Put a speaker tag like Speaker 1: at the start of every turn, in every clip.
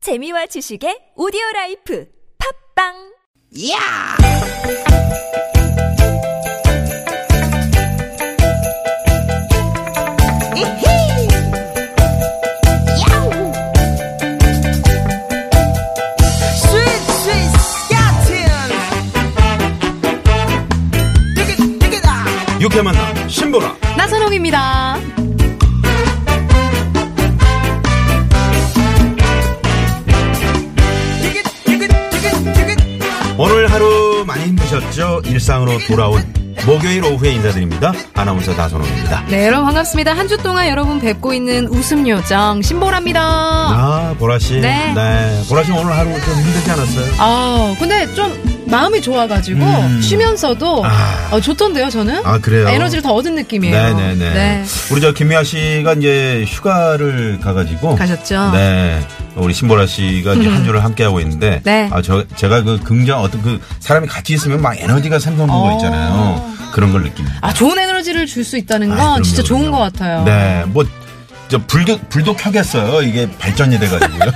Speaker 1: 재미와 지식의 오디오 라이프 팝빵!
Speaker 2: 야! 이히! 야우! 스윗, 스윗, 스캇틴! 띠깃, 띠깃아!
Speaker 3: 육회 만남 신보라
Speaker 4: 나선홍입니다.
Speaker 2: 띠깃, 띠깃, 띠깃, 띠깃!
Speaker 3: 오늘 하루 많이 힘드셨죠? 일상으로 돌아온 목요일 오후에 인사드립니다. 아나운서 나선홍입니다.
Speaker 4: 네, 여러분 반갑습니다. 한 주 동안 여러분 뵙고 있는 웃음 요정 신보라입니다.
Speaker 3: 아 보라 씨,
Speaker 4: 네.
Speaker 3: 보라 씨 오늘 하루 좀 힘들지 않았어요?
Speaker 4: 아, 근데 좀 마음이 좋아가지고
Speaker 3: 음.
Speaker 4: 쉬면서도
Speaker 3: 아.
Speaker 4: 어, 좋던데요, 저는.
Speaker 3: 아 그래요?
Speaker 4: 에너지를 더 얻은 느낌이에요.
Speaker 3: 네네네.
Speaker 4: 예. 네.
Speaker 3: 우리 저 김미아 씨가 이제 휴가를 가가지고
Speaker 4: 가셨죠?
Speaker 3: 네. 우리 신보라 씨가 이제 한 주를 함께 하고 있는데,
Speaker 4: 네.
Speaker 3: 아, 저, 제가 그 긍정 어떤 그 사람이 같이 있으면 막 에너지가 생성되는 거
Speaker 4: 어.
Speaker 3: 있잖아요. 그런 걸 느낍니다.
Speaker 4: 아, 좋은 에너지를 줄 수 있다는 건
Speaker 3: 아,
Speaker 4: 진짜
Speaker 3: 그럼요,
Speaker 4: 좋은
Speaker 3: 그럼요.
Speaker 4: 것 같아요.
Speaker 3: 네, 뭐, 저 불도, 불도 켜겠어요. 이게 발전이 돼가지고요.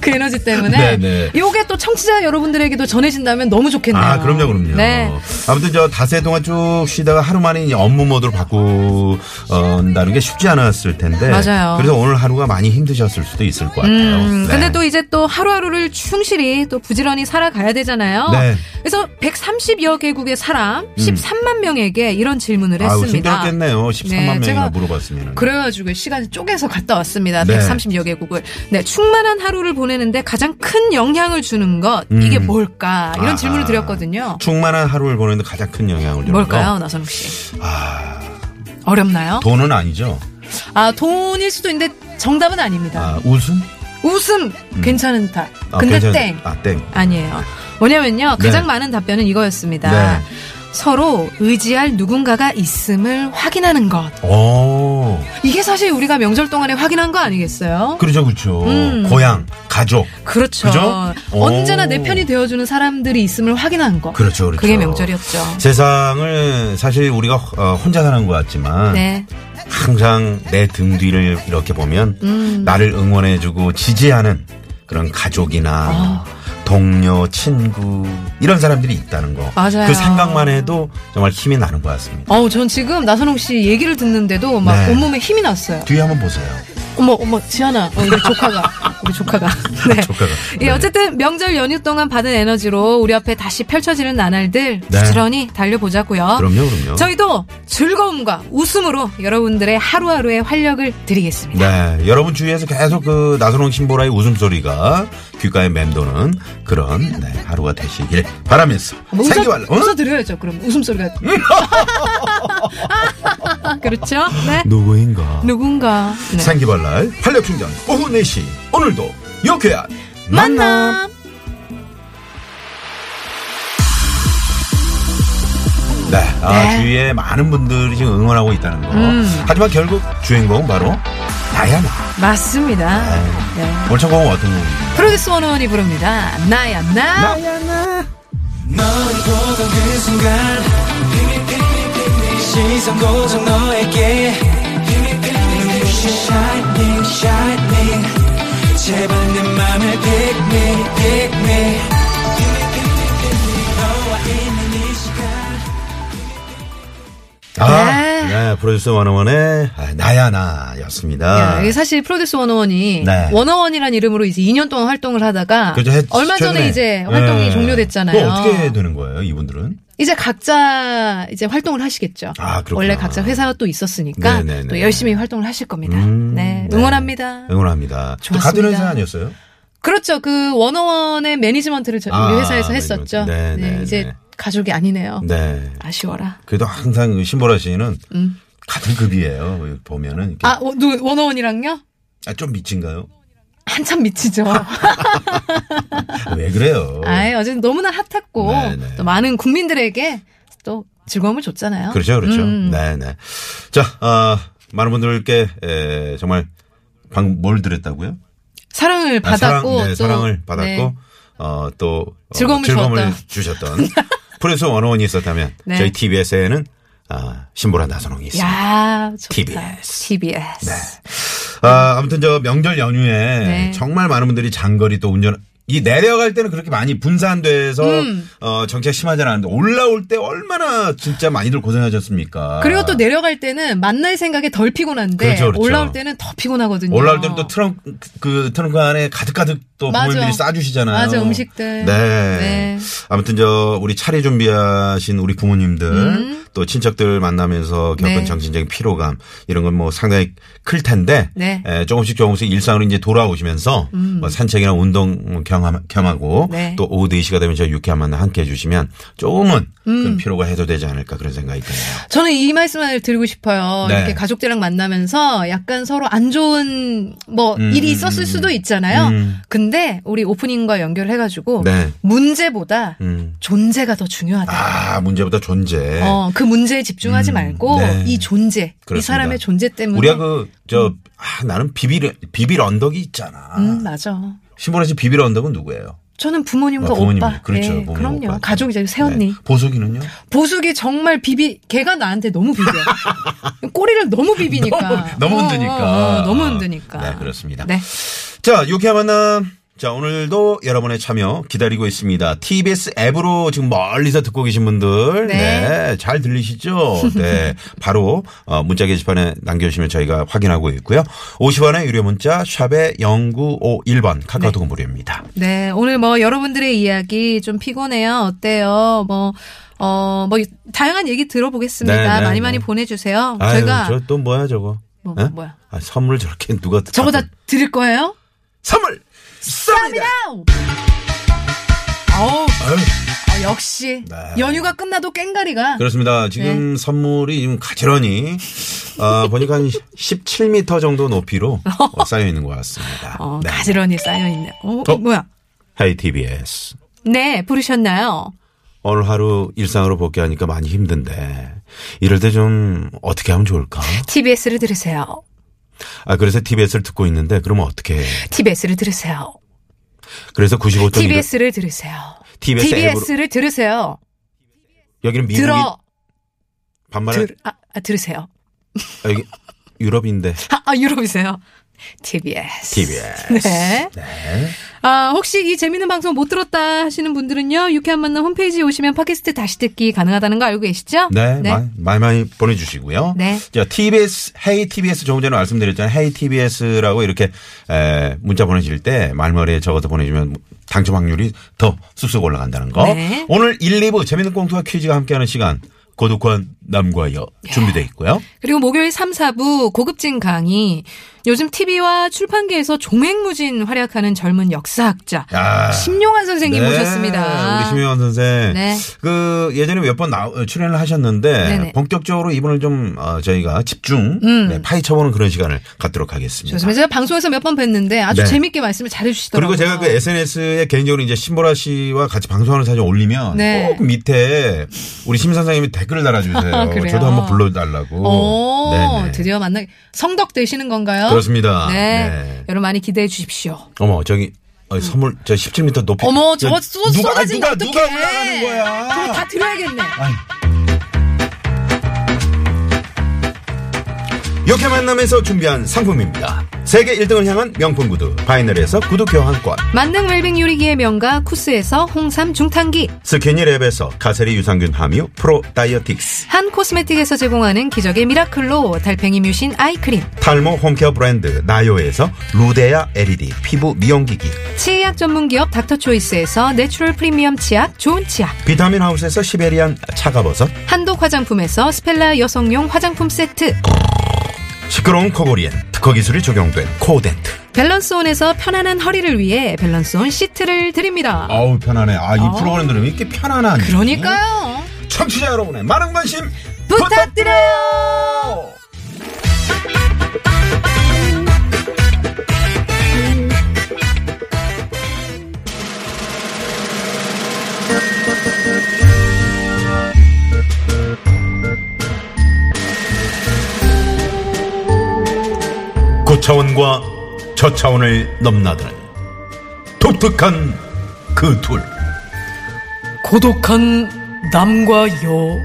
Speaker 4: 그 에너지 때문에.
Speaker 3: 네네.
Speaker 4: 요게 또 청취자 여러분들에게도 전해진다면 너무 좋겠네요.
Speaker 3: 아, 그럼요, 그럼요.
Speaker 4: 네.
Speaker 3: 아무튼 저 닷새 동안 쭉 쉬다가 하루 만에 이제 업무 모드로 바꾼다는 게 쉽지 않았을 텐데.
Speaker 4: 맞아요.
Speaker 3: 그래서 오늘 하루가 많이 힘드셨을 수도 있을 것 같아요.
Speaker 4: 음,
Speaker 3: 네.
Speaker 4: 근데 또 이제 또 하루하루를 충실히 또 부지런히 살아가야 되잖아요.
Speaker 3: 네. 음.
Speaker 4: 그래서 130여 개국의 사람 13만 명에게 이런 질문을
Speaker 3: 아우,
Speaker 4: 했습니다.
Speaker 3: 힘들었겠네요. 13만
Speaker 4: 네,
Speaker 3: 명이나
Speaker 4: 제가
Speaker 3: 물어봤으면.
Speaker 4: 그래가지고 시간을 쪼개서 갔다 왔습니다.
Speaker 3: 네.
Speaker 4: 130여 개국을. 네, 충만한 하루를 보내는데 가장 큰 영향을 주는 것 이게
Speaker 3: 음.
Speaker 4: 뭘까? 이런
Speaker 3: 아하.
Speaker 4: 질문을 드렸거든요.
Speaker 3: 충만한 하루를 보내는데 가장 큰 영향을 주는
Speaker 4: 뭘까요,
Speaker 3: 거.
Speaker 4: 나선욱 씨?
Speaker 3: 아,
Speaker 4: 어렵나요?
Speaker 3: 돈은 아니죠.
Speaker 4: 아 돈일 수도 있는데 정답은 아닙니다.
Speaker 3: 아, 웃음?
Speaker 4: 웃음 괜찮은 탓.
Speaker 3: 아,
Speaker 4: 네. 근데
Speaker 3: 괜찮-
Speaker 4: 땡.
Speaker 3: 아, 땡.
Speaker 4: 아니에요. 뭐냐면요.
Speaker 3: 네.
Speaker 4: 가장 많은 답변은 이거였습니다.
Speaker 3: 네.
Speaker 4: 서로 의지할 누군가가 있음을 확인하는 것.
Speaker 3: 오.
Speaker 4: 이게 사실 우리가 명절 동안에 확인한 거 아니겠어요?
Speaker 3: 그렇죠, 그렇죠.
Speaker 4: 음.
Speaker 3: 고향, 가족.
Speaker 4: 그, 렇죠
Speaker 3: 그죠?
Speaker 4: 언제나
Speaker 3: 오.
Speaker 4: 내 편이 되어주는 사람들이 있음을 확인한 거.
Speaker 3: 그렇죠, 그렇죠.
Speaker 4: 게 명절이었죠.
Speaker 3: 세상을 사실 우리가 어, 혼자 사는 것 같지만
Speaker 4: 네.
Speaker 3: 항상 내 등 뒤를 이렇게 보면
Speaker 4: 음.
Speaker 3: 나를 응원해주고 지지하는 그런
Speaker 4: 아.
Speaker 3: 가족이나 동료, 친구 이런 사람들이 있다는 거.
Speaker 4: 맞아요.
Speaker 3: 그 생각만 해도 정말 힘이 나는 것 같습니다.
Speaker 4: 어우, 전 지금 나선홍 씨 얘기를 듣는데도 막
Speaker 3: 네.
Speaker 4: 온몸에 힘이 났어요.
Speaker 3: 뒤에 한번 보세요.
Speaker 4: 어머, 어머, 지현아. 어, 우리 조카가. 우리 조카가. 네.
Speaker 3: 조카가.
Speaker 4: 예,
Speaker 3: 네.
Speaker 4: 어쨌든 명절 연휴 동안 받은 에너지로 우리 앞에 다시 펼쳐지는 나날들
Speaker 3: 네.
Speaker 4: 부지런히 달려보자고요.
Speaker 3: 그럼요, 그럼요.
Speaker 4: 저희도 즐거움과 웃음으로 여러분들의 하루하루의 활력을 드리겠습니다.
Speaker 3: 네, 여러분 주위에서 계속 그 나선홍 신보라의 웃음소리가 귓가에 맴도는 그런 네, 하루가 되시길 바라면서
Speaker 4: 한번 뭐 웃어,
Speaker 3: 생기발랄 어?
Speaker 4: 웃어드려야죠. 그럼 웃음소리가. 그렇죠? 네.
Speaker 3: 누구인가?
Speaker 4: 누군가. 네.
Speaker 3: 생기발랄 활력 충전 오후 4시 오늘도 유쾌한
Speaker 4: 만남.
Speaker 3: 네, 아,
Speaker 4: 네. 음.
Speaker 3: 주위에 많은 분들이 지금 응원하고 있다는 거. 하지만 결국 주인공은 바로 나야 나.
Speaker 4: 맞습니다. 네.
Speaker 3: 오늘 첫 곡은 어떤 곡입니까?
Speaker 4: 프로듀스 101이 부릅니다. 나야, 나.
Speaker 3: 나야 나.
Speaker 5: 너를 보던 그 순간 시선 고정 너에게 눈부신 shining shining 제발 내 맘을 pick me pick me 너와 있는 이 시간
Speaker 3: 아,
Speaker 4: 네.
Speaker 3: 네, 프로듀스 원어원의 아, 나야 나였습니다.
Speaker 4: 야, 예, 이게 사실 프로듀스 101이
Speaker 3: 아. 네.
Speaker 4: 원어원이란 이름으로 이제 2년 동안 활동을 하다가
Speaker 3: 그죠, 했-
Speaker 4: 얼마 전에
Speaker 3: 최근에.
Speaker 4: 이제 활동이
Speaker 3: 네.
Speaker 4: 종료됐잖아요.
Speaker 3: 그거 어떻게 되는 거예요, 이분들은?
Speaker 4: 이제 각자 이제 활동을 하시겠죠.
Speaker 3: 아, 그렇구나.
Speaker 4: 원래 각자 회사가 또 있었으니까
Speaker 3: 네네네.
Speaker 4: 또 열심히 활동을 하실 겁니다.
Speaker 3: 음,
Speaker 4: 네,
Speaker 3: 네.
Speaker 4: 응원합니다.
Speaker 3: 응원합니다. 또
Speaker 4: 좋았습니다.
Speaker 3: 같은 회사 아니었어요?
Speaker 4: 그렇죠. 그 원어원의 매니지먼트를 저,
Speaker 3: 아,
Speaker 4: 우리 회사에서 했었죠.
Speaker 3: 매니지먼트.
Speaker 4: 네,
Speaker 3: 네네네.
Speaker 4: 이제 가족이 아니네요.
Speaker 3: 네.
Speaker 4: 아쉬워라.
Speaker 3: 그래도 항상 신보라 씨는 같은 급이에요. 보면은 이렇게.
Speaker 4: 음. 아, 원- 누- 원어원이랑요?
Speaker 3: 아, 좀 미친가요?
Speaker 4: 한참 미치죠.
Speaker 3: 왜 그래요?
Speaker 4: 아예 어제 너무나 핫했고
Speaker 3: 네네.
Speaker 4: 또 많은 국민들에게 또 즐거움을 줬잖아요.
Speaker 3: 그렇죠, 그렇죠.
Speaker 4: 음.
Speaker 3: 네네. 자, 아, 많은 분들께 에, 정말 방금 뭘 드렸다고요?
Speaker 4: 사랑을
Speaker 3: 아,
Speaker 4: 받았고
Speaker 3: 사랑, 네,
Speaker 4: 또,
Speaker 3: 사랑을 받았고
Speaker 4: 네.
Speaker 3: 어, 또 어,
Speaker 4: 즐거움을
Speaker 3: 주셨던 프로듀서 원어원이 있었다면
Speaker 4: 네.
Speaker 3: 저희 TBS에는 아, 신보라 나선홍이 있습니다.
Speaker 4: 야, 좋다.
Speaker 3: TBS.
Speaker 4: TBS.
Speaker 3: 네. 아, 아무튼 저 명절 연휴에
Speaker 4: 네.
Speaker 3: 정말 많은 분들이 장거리 또 운전 이 내려갈 때는 그렇게 많이 분산돼서
Speaker 4: 음.
Speaker 3: 어, 정체가 심하지 않은데 올라올 때 얼마나 진짜 많이들 고생하셨습니까?
Speaker 4: 그리고 또 내려갈 때는 만날 생각에 덜 피곤한데
Speaker 3: 아. 그렇죠, 그렇죠.
Speaker 4: 올라올 때는 더 피곤하거든요.
Speaker 3: 올라올 때는 또 트렁크 그 트렁크 안에 가득가득 또
Speaker 4: 맞아.
Speaker 3: 부모님들이 싸주시잖아요.
Speaker 4: 맞아, 음식들.
Speaker 3: 네.
Speaker 4: 네.
Speaker 3: 아무튼 저 우리 차례 준비하신 우리 부모님들 또 친척들 만나면서 겪은
Speaker 4: 음. 네.
Speaker 3: 정신적인 피로감 이런 건 뭐 상당히 클 텐데
Speaker 4: 네. 음.
Speaker 3: 에, 조금씩 조금씩 일상으로 이제 돌아오시면서 뭐 산책이나 운동 경험, 겸하고
Speaker 4: 네.
Speaker 3: 또 오후 4시가 되면 저 유쾌한 만남 함께 해주시면 조금은
Speaker 4: 음.
Speaker 3: 그 피로가 해소되지 않을까 그런 생각이 드네요.
Speaker 4: 저는 이 말씀을 드리고 싶어요.
Speaker 3: 네.
Speaker 4: 이렇게 가족들이랑 만나면서 약간 서로 안 좋은 뭐
Speaker 3: 음,
Speaker 4: 일이
Speaker 3: 음,
Speaker 4: 있었을
Speaker 3: 음.
Speaker 4: 수도 있잖아요.
Speaker 3: 음.
Speaker 4: 근데 우리 오프닝과 연결해가지고
Speaker 3: 네.
Speaker 4: 문제보다
Speaker 3: 음.
Speaker 4: 존재가 더 중요하다.
Speaker 3: 아 문제보다 존재.
Speaker 4: 어, 그 문제에 집중하지
Speaker 3: 네. 음,
Speaker 4: 말고
Speaker 3: 네.
Speaker 4: 이 존재, 이
Speaker 3: 그렇습니다.
Speaker 4: 사람의 존재 때문에
Speaker 3: 우리가 그 저 아, 나는 비빌 비빌 언덕이 있잖아.
Speaker 4: 음, 맞아.
Speaker 3: 신보라 씨 비빌 언덕은 누구예요?
Speaker 4: 저는 부모님과
Speaker 3: 아, 부모님.
Speaker 4: 그러니까 오빠.
Speaker 3: 그렇죠.
Speaker 4: 예,
Speaker 3: 부모님,
Speaker 4: 그럼요.
Speaker 3: 오빠.
Speaker 4: 가족이자 새언니.
Speaker 3: 네. 보석이는요?
Speaker 4: 보숙이 정말 비비 걔가 나한테 너무 비벼 꼬리를 너무 비비니까
Speaker 3: 너무
Speaker 4: 어,
Speaker 3: 흔드니까.
Speaker 4: 어, 어, 너무 흔드니까
Speaker 3: 네, 그렇습니다.
Speaker 4: 네.
Speaker 3: 자, 유쾌한 만남. 자, 오늘도 여러분의 참여 기다리고 있습니다. TBS 앱으로 지금 멀리서 듣고 계신 분들.
Speaker 4: 네.
Speaker 3: 잘 들리시죠? 네. 바로, 어, 문자 게시판에 남겨주시면 저희가 확인하고 있고요. 50원의 유료 문자, 샵에 0951번, 카카오톡은 무료입니다.
Speaker 4: 네, 오늘 뭐 여러분들의 이야기 좀 피곤해요. 어때요? 뭐, 어, 뭐, 다양한 얘기 들어보겠습니다.
Speaker 3: 네, 네,
Speaker 4: 많이
Speaker 3: 네.
Speaker 4: 많이 보내주세요.
Speaker 3: 아유,
Speaker 4: 저희가
Speaker 3: 저또 뭐야, 저거.
Speaker 4: 어, 뭐,
Speaker 3: 예?
Speaker 4: 뭐야?
Speaker 3: 아, 선물을 아, 저렇게 누가
Speaker 4: 저거 다
Speaker 3: 갖다-
Speaker 4: 드릴 거예요?
Speaker 3: 선물! 쏩니다!
Speaker 4: 어우,
Speaker 3: 아유.
Speaker 4: 어, 역시.
Speaker 3: 네.
Speaker 4: 연휴가 끝나도 깽가리가.
Speaker 3: 그렇습니다. 지금 선물이 지금 가지런히 아, 보니까 한 17m 정도 높이로 어, 쌓여 있는 것 같습니다.
Speaker 4: 어,
Speaker 3: 네.
Speaker 4: 가지런히 쌓여있네. 어,
Speaker 3: 어?
Speaker 4: 뭐야?
Speaker 3: 하이 TBS.
Speaker 4: 네, 부르셨나요?
Speaker 3: 오늘 하루 일상으로 복귀하니까 많이 힘든데 이럴 때 좀 어떻게 하면 좋을까?
Speaker 4: TBS를 들으세요.
Speaker 3: 아 그래서 TBS를 듣고 있는데 그러면 어떻게? 해?
Speaker 4: TBS를 들으세요.
Speaker 3: 그래서 95.1
Speaker 4: TBS를 들으세요.
Speaker 3: TBS 앱으로
Speaker 4: TBS를 들으세요.
Speaker 3: 여기는 미국이
Speaker 4: 들어.
Speaker 3: 반말
Speaker 4: 들, 아, 아, 들으세요.
Speaker 3: 아, 여기 유럽인데
Speaker 4: 아, 아, 유럽이세요? TBS.
Speaker 3: TBS.
Speaker 4: 네. 아, 혹시 이 재밌는 방송 못 들었다 하시는 분들은요, 유쾌한 만남 홈페이지에 오시면 팟캐스트 다시 듣기 가능하다는 거 알고 계시죠?
Speaker 3: 네, 많이, 많이 많이 보내주시고요.
Speaker 4: 네.
Speaker 3: 자, TBS, 헤이 TBS 조금 전에 말씀드렸잖아요. 헤이 TBS라고 이렇게 에, 문자 보내실 때 말머리에 적어서 보내주면 당첨 확률이 더 쑥쑥 올라간다는 거.
Speaker 4: 네.
Speaker 3: 오늘 1, 2부 재밌는 꽁투와 퀴즈가 함께하는 시간 고독한 남과 여 준비돼 있고요.
Speaker 4: 그리고 목요일 3, 4부 고급진 강의. 요즘 TV와 출판계에서 종횡무진 활약하는 젊은 역사학자.
Speaker 3: 아.
Speaker 4: 심용환 선생님
Speaker 3: 네,
Speaker 4: 모셨습니다.
Speaker 3: 우리 심혜원 선생.
Speaker 4: 네.
Speaker 3: 그 예전에 몇 번 출연을 하셨는데
Speaker 4: 네네. 음.
Speaker 3: 본격적으로 이번을 좀 어, 저희가 집중 네, 파헤쳐보는 그런 시간을 갖도록 하겠습니다.
Speaker 4: 좋습니다. 제가 방송에서 몇 번 뵀는데 아주
Speaker 3: 네.
Speaker 4: 재밌게 말씀을 잘해주시더라고요.
Speaker 3: 그리고 제가 그 SNS에 개인적으로 이제 신보라 씨와 같이 방송하는 사진 올리면
Speaker 4: 네.
Speaker 3: 꼭 밑에 우리 심 선생님이 댓글을 달아주세요.
Speaker 4: 아, 그래요?
Speaker 3: 저도 한번 불러달라고.
Speaker 4: 오,
Speaker 3: 네네.
Speaker 4: 어, 드디어 만나게. 성덕 되시는 건가요?
Speaker 3: 그렇습니다.
Speaker 4: 네.
Speaker 3: 네.
Speaker 4: 여러분 많이 기대해 주십시오.
Speaker 3: 어머 저기 어, 선물 저 17m 높이.
Speaker 4: 어머, 저거
Speaker 3: 야,
Speaker 4: 쏟-
Speaker 3: 그, 누가 아,
Speaker 4: 쏟아지면
Speaker 3: 누가
Speaker 4: 어떡해.
Speaker 3: 누가 올라가는
Speaker 4: 저거
Speaker 3: 거야?
Speaker 4: 다 드려야겠네.
Speaker 3: 이렇게 만남에서 준비한 상품입니다. 세계 1등을 향한 명품 구두 바이너리에서 구두 교환권.
Speaker 4: 만능 웰빙 요리기의 명가 쿠스에서 홍삼 중탕기.
Speaker 3: 스키니랩에서 가세리 유산균 함유 프로 다이어틱스
Speaker 4: 한 코스메틱에서 제공하는 기적의 미라클로 달팽이 뮤신 아이크림.
Speaker 3: 탈모 홈케어 브랜드 나요에서 루데아 LED 피부 미용기기
Speaker 4: 치약 전문 기업 닥터초이스에서 내추럴 프리미엄 치약 좋은 치약.
Speaker 3: 비타민 하우스에서 시베리안 차가버섯
Speaker 4: 한독 화장품에서 스펠라 여성용 화장품 세트.
Speaker 3: 시끄러운 코골이엔 특허 기술이 적용된 코덴트
Speaker 4: 밸런스온에서 편안한 허리를 위해 밸런스온 시트를 드립니다.
Speaker 3: 아우 편안해 아 이 프로그램 들으면 이렇게 편안한
Speaker 4: 그러니까요.
Speaker 3: 청취자 여러분의 많은 관심
Speaker 4: 부탁드려요.
Speaker 3: 고차원과 저차원을 넘나드는 독특한 그 둘
Speaker 4: 고독한 남과 여.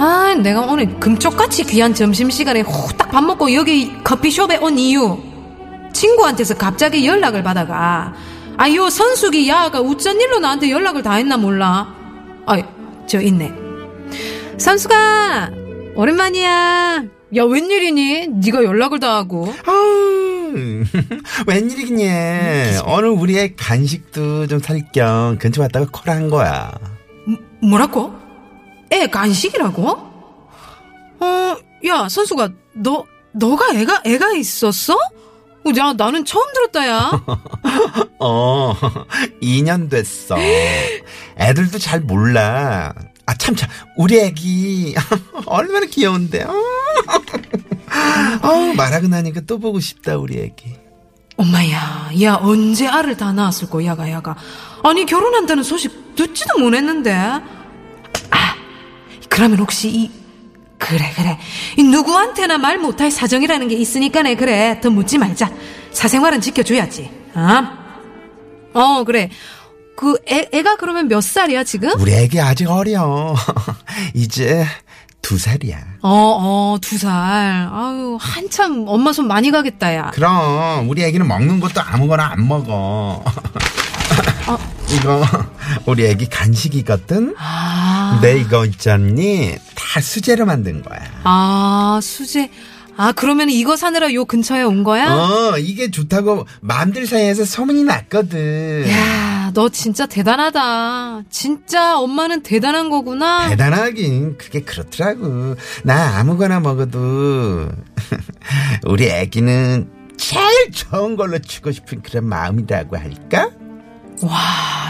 Speaker 4: 아, 내가 오늘 금쪽같이 귀한 점심시간에 후딱 밥 먹고 여기 커피숍에 온 이유. 친구한테서 갑자기 연락을 받아가. 아, 요 선숙이 야가 우짠 일로 나한테 연락을 다 했나 몰라. 아이, 저 있네. 선수가, 오랜만이야. 야, 웬일이니? 네가 연락을 다 하고.
Speaker 3: 아우, 웬일이겠니? 오늘 우리 애 간식도 좀 사릴 겸 근처 왔다가 콜한 거야.
Speaker 4: 뭐라고? 애 간식이라고? 어, 야, 선수가, 너, 너가 애가, 애가 있었어? 어, 야, 나는 처음 들었다, 야.
Speaker 3: 어, 2년 됐어. 애들도 잘 몰라. 아, 참, 참. 우리 애기. 얼마나 귀여운데. 어, 어, 말하고 나니까 또 보고 싶다, 우리 애기.
Speaker 4: 엄마야, 야, 언제 알을 다 낳았을 거야, 야가, 야가. 아니, 결혼한다는 소식 듣지도 못했는데. 아, 그러면 혹시 이, 그래, 그래. 이 누구한테나 말 못할 사정이라는 게 있으니까네, 그래. 더 묻지 말자. 사생활은 지켜줘야지. 아? 어, 그래. 그, 애, 애가 그러면 몇 살이야, 지금?
Speaker 3: 우리 애기 아직 어려. 이제 두 살이야.
Speaker 4: 어, 어, 두 살. 아유, 한참 엄마 손 많이 가겠다, 야.
Speaker 3: 그럼, 우리 애기는 먹는 것도 아무거나 안 먹어. 이거, 우리 애기 간식이거든?
Speaker 4: 아,
Speaker 3: 내 이거 있잖니? 다 수제로 만든 거야.
Speaker 4: 아, 수제. 아, 그러면 이거 사느라 요 근처에 온 거야?
Speaker 3: 어, 이게 좋다고 맘들 사이에서 소문이 났거든.
Speaker 4: 네. 야, 너 진짜 대단하다. 진짜 엄마는 대단한 거구나.
Speaker 3: 대단하긴 그게 그렇더라고. 나 아무거나 먹어도 우리 애기는 제일 좋은 걸로 주고 싶은 그런 마음이라고 할까?
Speaker 4: 와,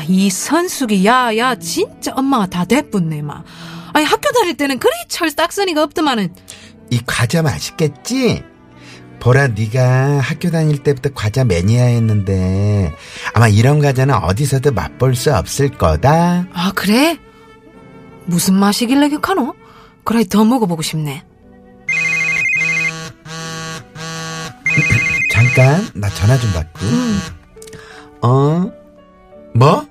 Speaker 4: 이 선숙이, 야, 야, 진짜 엄마가 다 대뿐네, 마. 아니, 학교 다닐 때는 그리 철 딱서니가 없더만은.
Speaker 3: 이 과자 맛있겠지? 보라 네가 학교 다닐 때부터 과자 매니아였는데 아마 이런 과자는 어디서도 맛볼 수 없을 거다.
Speaker 4: 아, 그래? 무슨 맛이길래 격하노? 그래, 더 먹어보고 싶네.
Speaker 3: 잠깐 나 전화 좀 받고. 어? 뭐?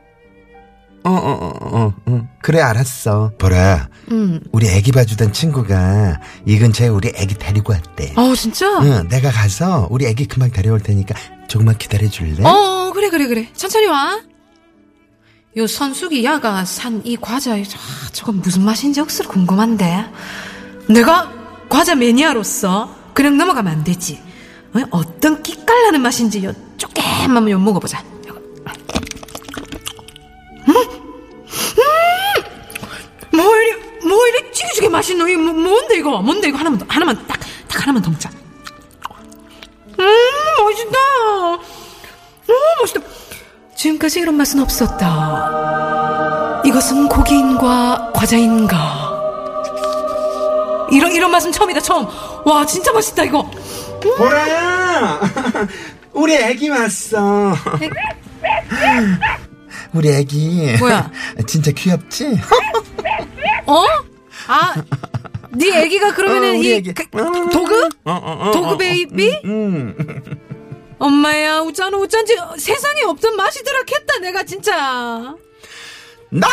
Speaker 3: 어, 어, 어, 어, 어. 그래, 알았어. 보라,
Speaker 4: 음.
Speaker 3: 우리 애기 봐주던 친구가 이 근처에 우리 애기 데리고 왔대.
Speaker 4: 어, 진짜?
Speaker 3: 응, 내가 가서 우리 애기 금방 데려올 테니까 조금만 기다려 줄래?
Speaker 4: 어, 그래, 그래, 그래. 천천히 와. 요 선숙이 야가 산 이 과자, 아, 저건 무슨 맛인지 억수로 궁금한데. 내가 과자 매니아로서 그냥 넘어가면 안 되지. 어? 어떤 끼깔나는 맛인지 요 조금만 요 먹어보자. 요거. 음! 음! 뭐 이리, 뭐 이리 찌개찌개 맛있노? 이거 뭐- 뭔데 이거? 뭔데 이거? 하나만, 더, 하나만, 딱, 딱 하나만 더 먹자. 음, 맛있다. 오, 맛있다. 지금까지 이런 맛은 없었다. 이것은 고기인가 과자인가? 이런 이런 맛은 처음이다 처음. 와 진짜 맛있다 이거.
Speaker 3: 보라! 우리 애기 왔어. 우리 애기.
Speaker 4: 뭐야?
Speaker 3: 진짜 귀엽지?
Speaker 4: 어? 아, 네 아기가 그러면은
Speaker 3: 어, 우리
Speaker 4: 이
Speaker 3: 애기. 어,
Speaker 4: 그- 도그? 도그 베이비?
Speaker 3: 음,
Speaker 4: 엄마야 우짠 우짠지 세상에 없던 맛이 들었겠다 내가 진짜.
Speaker 3: 나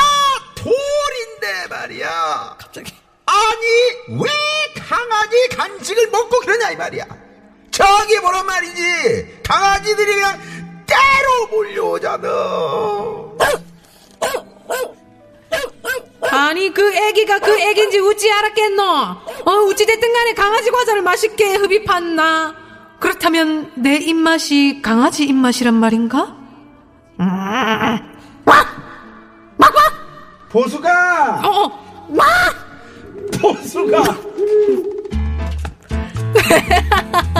Speaker 3: 돌인데 말이야. 갑자기. 아니 왜 강아지 간식을 먹고 그러냐 이 말이야. 저기 보란 말이지. 강아지들이 그냥 때로 몰려오잖아.
Speaker 4: 아니 그 애기가 그 애긴지 우찌 알았겠노? 어 우찌 됐든 간에 강아지 과자를 맛있게 흡입한 나 그렇다면 내 입맛이 강아지 입맛이란 말인가?
Speaker 3: 보수가
Speaker 4: 어어
Speaker 3: 보수가.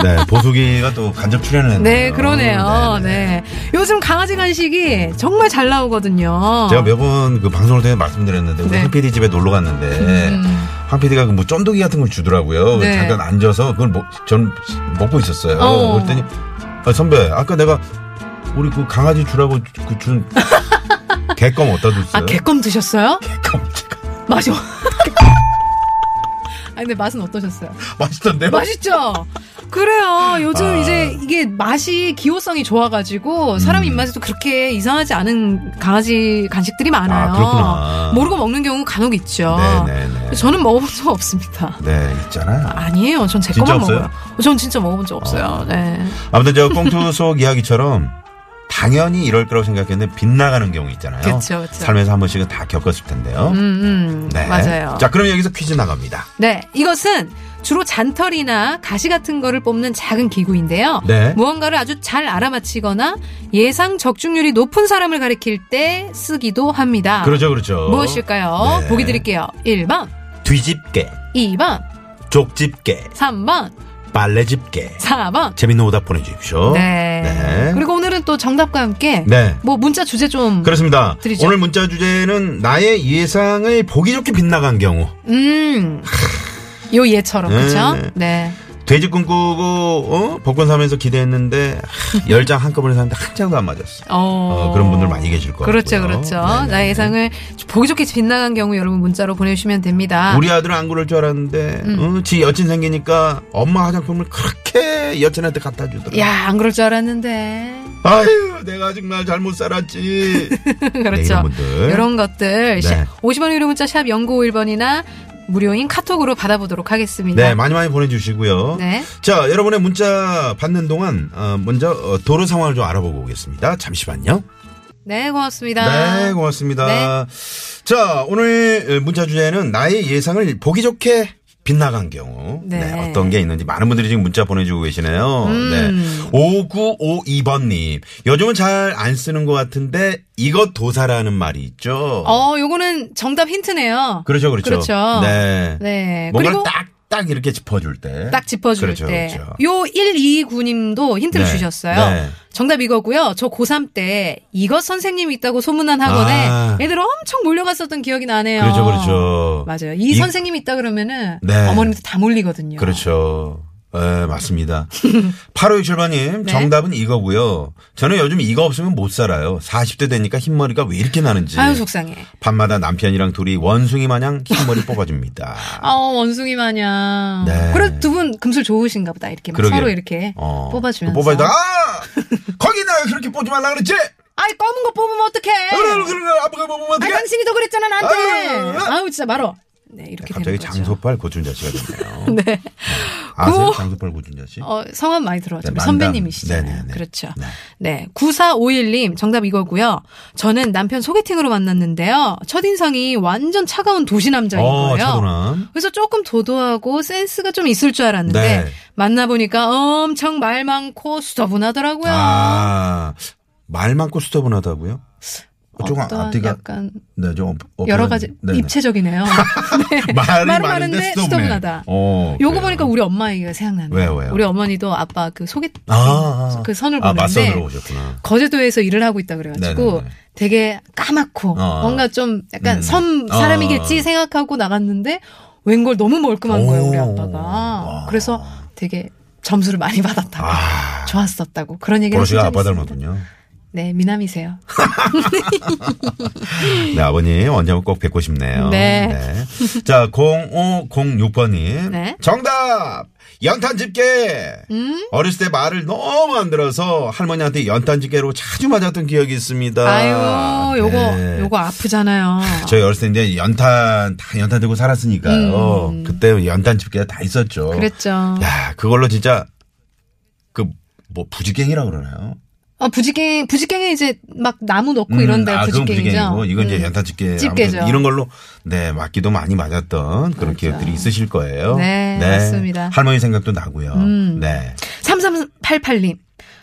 Speaker 3: 네 보수기가 또 간접 출연을 했네요.
Speaker 4: 네 그러네요 네 요즘 강아지 간식이 정말 잘 나오거든요
Speaker 3: 제가 몇 번 그 방송을 통해 말씀드렸는데 우리
Speaker 4: 어. 네. 음.
Speaker 3: 황 PD 집에 놀러 갔는데 황 PD가 뭐 쫀득이 같은 걸 주더라고요.
Speaker 4: 네.
Speaker 3: 잠깐 앉아서 그걸 먹, 전 먹고 있었어요.
Speaker 4: 어.
Speaker 3: 그랬더니 아, 선배 아까 내가 우리 그 강아지 주라고 주- 그준 개껌 어디다 줬어요?
Speaker 4: 아 개껌 드셨어요?
Speaker 3: 개껌
Speaker 4: 맛이 어- 아 근데 맛은 어떠셨어요?
Speaker 3: 맛있던데요?
Speaker 4: 맛있죠? 그래요. 요즘
Speaker 3: 아.
Speaker 4: 이제 이게 맛이 기호성이 좋아가지고 사람
Speaker 3: 음.
Speaker 4: 입맛에도 그렇게 이상하지 않은 강아지 간식들이 많아요.
Speaker 3: 아, 그렇구나.
Speaker 4: 모르고 먹는 경우 간혹 있죠.
Speaker 3: 네네네.
Speaker 4: 저는 먹어본 적 없습니다.
Speaker 3: 네, 있잖아.
Speaker 4: 아니에요. 전 제
Speaker 3: 진짜
Speaker 4: 것만
Speaker 3: 없어요?
Speaker 4: 먹어요. 전 진짜 먹어본 적 없어요. 네.
Speaker 3: 아무튼 저 꽁투 속 이야기처럼 당연히 이럴 거라고 생각했는데 빗나가는 경우 있잖아요.
Speaker 4: 그쵸, 그쵸.
Speaker 3: 삶에서 한 번씩은 다 겪었을 텐데요. 네.
Speaker 4: 음, 음. 맞아요.
Speaker 3: 자, 그럼 여기서 퀴즈 나갑니다.
Speaker 4: 네, 이것은 주로 잔털이나 가시 같은 거를 뽑는 작은 기구인데요.
Speaker 3: 네.
Speaker 4: 무언가를 아주 잘 알아맞히거나 예상 적중률이 높은 사람을 가리킬 때 쓰기도 합니다.
Speaker 3: 그렇죠, 그렇죠.
Speaker 4: 아, 무엇일까요?
Speaker 3: 네.
Speaker 4: 보기 드릴게요. 1번,
Speaker 3: 뒤집개,
Speaker 4: 2번,
Speaker 3: 족집게,
Speaker 4: 3번,
Speaker 3: 빨래집게.
Speaker 4: 4번.
Speaker 3: 재밌는 오답 보내주십시오.
Speaker 4: 네.
Speaker 3: 그렇죠. 네.
Speaker 4: 그리고 오늘은 또 정답과 함께
Speaker 3: 네.
Speaker 4: 뭐 문자 주제 좀
Speaker 3: 그렇습니다.
Speaker 4: 드리죠.
Speaker 3: 오늘 문자 주제는 나의 예상을 보기 좋게 빗나간 경우.
Speaker 4: 음. 요 예처럼 그렇죠?
Speaker 3: 네.
Speaker 4: 네.
Speaker 3: 돼지 꿈꾸고 어? 복권 사면서 기대했는데 하, 열장 한꺼번에 샀는데 한 장도 안 맞았어. 어, 그런 분들 많이 계실 거예요. 네,
Speaker 4: 그렇죠, 그렇죠. 나의 예상을 보기 좋게 빗나간 경우 여러분 문자로 보내주시면 됩니다.
Speaker 3: 우리 아들은 안 그럴 줄 알았는데
Speaker 4: 음.
Speaker 3: 어, 지 여친 생기니까 엄마 화장품을 그렇게 여친한테 갖다 주더라.
Speaker 4: 야, 안 그럴 줄 알았는데.
Speaker 3: 아유 내가 아직 날 잘못 살았지. 네,
Speaker 4: 그렇죠.
Speaker 3: 네, 이런 분들.
Speaker 4: 이런 것들.
Speaker 3: 네.
Speaker 4: 50원 유료 문자 샵 0951번이나 무료인 카톡으로 받아보도록 하겠습니다.
Speaker 3: 네 많이 많이 보내주시고요.
Speaker 4: 네.
Speaker 3: 자 여러분의 문자 받는 동안 어, 먼저 어, 도로 상황을 좀 알아보고 오겠습니다. 잠시만요.
Speaker 4: 네, 고맙습니다.
Speaker 3: 네, 고맙습니다. 자, 오늘 어, 문자 주제는 나의 예상을 보기 좋게 빗나간 경우. 네.
Speaker 4: 네. 음.
Speaker 3: 어떤 게 있는지 많은 분들이 지금 문자 보내주고 계시네요. 네. 5952번님. 요즘은 잘 안 쓰는 것 같은데 이것 도사라는 말이 있죠.
Speaker 4: 어, 요거는 정답 힌트네요.
Speaker 3: 그렇죠, 그렇죠.
Speaker 4: 그렇죠.
Speaker 3: 네.
Speaker 4: 네.
Speaker 3: 뭔가를
Speaker 4: 그리고
Speaker 3: 딱, 딱 이렇게 짚어줄 때.
Speaker 4: 딱 짚어줄
Speaker 3: 그렇죠,
Speaker 4: 때.
Speaker 3: 그렇죠.
Speaker 4: 요 129님도 힌트를
Speaker 3: 네.
Speaker 4: 주셨어요.
Speaker 3: 네.
Speaker 4: 정답 이거고요. 저 고3 때 이것 선생님이 있다고 소문난 학원에
Speaker 3: 아.
Speaker 4: 애들 엄청 몰려갔었던 기억이 나네요.
Speaker 3: 그렇죠, 그렇죠.
Speaker 4: 맞아요. 이,
Speaker 3: 이-
Speaker 4: 선생님이 있다 그러면은
Speaker 3: 네.
Speaker 4: 어머님도 다 몰리거든요.
Speaker 3: 그렇죠. 예, 맞습니다. 8567번님,
Speaker 4: 네.
Speaker 3: 정답은 이거고요. 저는 요즘 이거 없으면 못 살아요. 40대 되니까 흰머리가 왜 이렇게 나는지.
Speaker 4: 아유 속상해.
Speaker 3: 밤마다 남편이랑 둘이 원숭이 마냥 흰머리 뽑아줍니다.
Speaker 4: 아 원숭이 마냥.
Speaker 3: 네.
Speaker 4: 그래도 두 분 금술 좋으신가 보다. 이렇게 막
Speaker 3: 그러게요.
Speaker 4: 서로 이렇게
Speaker 3: 어,
Speaker 4: 뽑아주면서.
Speaker 3: 또 뽑아주다, 아! 거기 나 그렇게 뽑지 말라 그랬지?
Speaker 4: 아이 검은 거 뽑으면 어떡해.
Speaker 3: 그래, 그래, 그래, 아빠가 뭐 뽑으면
Speaker 4: 아
Speaker 3: 어떡해?
Speaker 4: 당신이 더 그랬잖아 나한테.
Speaker 3: 아유.
Speaker 4: 아우 진짜 말어. 네 이렇게
Speaker 3: 갑자기
Speaker 4: 되는 거죠.
Speaker 3: 장소팔 고준자 씨가 됐네요. 네. 아세요?
Speaker 4: 구-
Speaker 3: 장소팔 고준자 씨?
Speaker 4: 어, 성함 많이 들어왔죠.
Speaker 3: 네, 만담.
Speaker 4: 선배님이시잖아요.
Speaker 3: 네네네.
Speaker 4: 그렇죠.
Speaker 3: 네.
Speaker 4: 네. 9451님, 정답 이거고요. 저는 남편 소개팅으로 만났는데요. 첫인상이 완전 차가운 도시남자인
Speaker 3: 어,
Speaker 4: 거예요.
Speaker 3: 차도남.
Speaker 4: 그래서 조금 도도하고 센스가 좀 있을 줄 알았는데
Speaker 3: 네.
Speaker 4: 만나보니까 엄청 말 많고 수더분하더라고요.
Speaker 3: 아, 말 많고 스터분하다고요? 조금
Speaker 4: 어떤
Speaker 3: 앞뒤가
Speaker 4: 약간
Speaker 3: 네, 좀 어,
Speaker 4: 여러 가지
Speaker 3: 네네.
Speaker 4: 입체적이네요. 네.
Speaker 3: 말이
Speaker 4: 말은
Speaker 3: 많은데
Speaker 4: 많은데 수더분하다.
Speaker 3: 어,
Speaker 4: 요거
Speaker 3: 그래요.
Speaker 4: 보니까 우리 엄마 얘기가 생각나네요.
Speaker 3: 왜요, 왜요?
Speaker 4: 우리 어머니도 아빠 그 소개팅
Speaker 3: 아, 아.
Speaker 4: 그 선을
Speaker 3: 아,
Speaker 4: 보는데
Speaker 3: 맞선으로 오셨구나.
Speaker 4: 거제도에서 일을 하고 있다 그래가지고
Speaker 3: 네네네.
Speaker 4: 되게 까맣고
Speaker 3: 어.
Speaker 4: 뭔가 좀 약간
Speaker 3: 음.
Speaker 4: 섬 사람이겠지
Speaker 3: 어.
Speaker 4: 생각하고 나갔는데 웬걸 너무 멀끔한 거예요 우리
Speaker 3: 오.
Speaker 4: 아빠가
Speaker 3: 와.
Speaker 4: 그래서 되게 점수를 많이 받았다고
Speaker 3: 아.
Speaker 4: 좋았었다고 그런 얘기를
Speaker 3: 보로 씨가
Speaker 4: 한
Speaker 3: 아빠
Speaker 4: 적이 있습니다.
Speaker 3: 닮았군요.
Speaker 4: 네 미남이세요
Speaker 3: 네, 아버님 언제 한번 꼭 뵙고 싶네요.
Speaker 4: 네.
Speaker 3: 자, 0506번님.
Speaker 4: 네.
Speaker 3: 정답! 연탄 집게!
Speaker 4: 음?
Speaker 3: 어렸을 때 말을 너무 안 들어서 할머니한테 연탄 집게로 자주 맞았던 기억이 있습니다.
Speaker 4: 아유 요거
Speaker 3: 아, 네.
Speaker 4: 요거 아프잖아요
Speaker 3: 저희 어렸을 때 이제 연탄 다 연탄 들고 살았으니까요. 그때 연탄 집게가 다 있었죠.
Speaker 4: 음. 그랬죠
Speaker 3: 야 그걸로 진짜 그 뭐 부지갱이라 고 그러나요?
Speaker 4: 아 부지깽 부지깽에 이제 막 나무 넣고
Speaker 3: 음,
Speaker 4: 뭐 이런데
Speaker 3: 아, 그건
Speaker 4: 부지깽이죠
Speaker 3: 부지갱이고 이건 이제
Speaker 4: 음.
Speaker 3: 연탄 집게
Speaker 4: 집게죠.
Speaker 3: 아무튼 이런 걸로 네 맞기도 많이 맞았던 그런 기억들이 있으실 거예요.
Speaker 4: 네, 맞습니다. 음.
Speaker 3: 할머니 생각도 나고요. 네
Speaker 4: 3388님.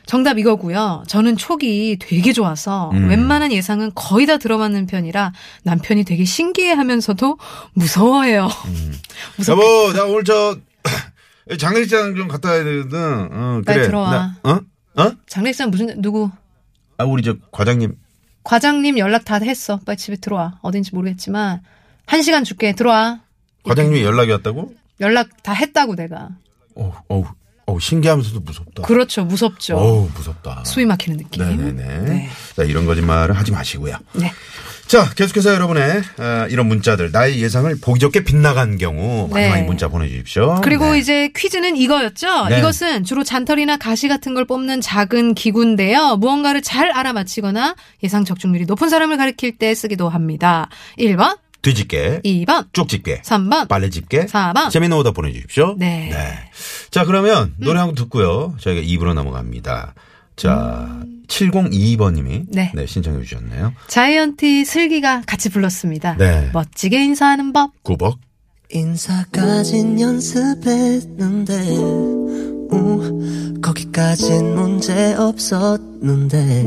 Speaker 4: 정답 이거고요. 저는 촉이 되게 좋아서
Speaker 3: 음.
Speaker 4: 웬만한 예상은 거의 다 들어맞는 편이라 남편이 되게 신기해하면서도 무서워해요. 무섭.
Speaker 3: 음. 여보 나 오늘 저 장례식장 좀 갔다 와야 되거든. 어,
Speaker 4: 빨리
Speaker 3: 그래.
Speaker 4: 들어와.
Speaker 3: 나- 어? 어?
Speaker 4: 장례식장 무슨 누구
Speaker 3: 아 우리 저 과장님
Speaker 4: 과장님 연락 다 했어. 빨리 집에 들어와. 어딘지 모르겠지만 한 시간 줄게. 들어와. 네.
Speaker 3: 과장님이 연락이 왔다고?
Speaker 4: 연락 다 했다고 내가.
Speaker 3: 어우, 어우, 어우, 신기하면서도 무섭다.
Speaker 4: 그렇죠. 무섭죠.
Speaker 3: 어우, 무섭다.
Speaker 4: 수위 막히는 느낌.
Speaker 3: 네네네.
Speaker 4: 네.
Speaker 3: 자, 이런 거짓말은 하지 마시고요.
Speaker 4: 네.
Speaker 3: 자, 계속해서 여러분의 아, 이런 문자들, 나의 예상을 보기 좋게 빗나간 경우 많이
Speaker 4: 네.
Speaker 3: 많이 문자 보내주십시오.
Speaker 4: 그리고
Speaker 3: 네.
Speaker 4: 이제 퀴즈는 이거였죠.
Speaker 3: 네.
Speaker 4: 이것은 주로 잔털이나 가시 같은 걸 뽑는 작은 기구인데요. 무언가를 잘 알아맞히거나 예상 적중률이 높은 사람을 가리킬 때 쓰기도 합니다. 1번,
Speaker 3: 뒤집게,
Speaker 4: 2번,
Speaker 3: 쭉 집게,
Speaker 4: 3번,
Speaker 3: 빨래 집게,
Speaker 4: 4번.
Speaker 3: 재미있는 오답 보내주십시오.
Speaker 4: 네. 음.
Speaker 3: 자, 그러면 노래 한 곡 듣고요. 저희가 2부로 넘어갑니다. 자, 702번님이
Speaker 4: 음. 네.
Speaker 3: 신청해 주셨네요.
Speaker 4: 자이언티 슬기가 같이 불렀습니다.
Speaker 3: 네.
Speaker 4: 멋지게 인사하는 법.
Speaker 3: 구벅.
Speaker 6: 인사까진 연습했는데 우, 거기까진 문제 없었는데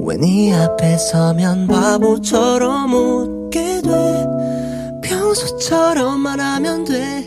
Speaker 6: 왜 네 앞에 서면 바보처럼 웃게 돼 음. 평소처럼만 하면 돼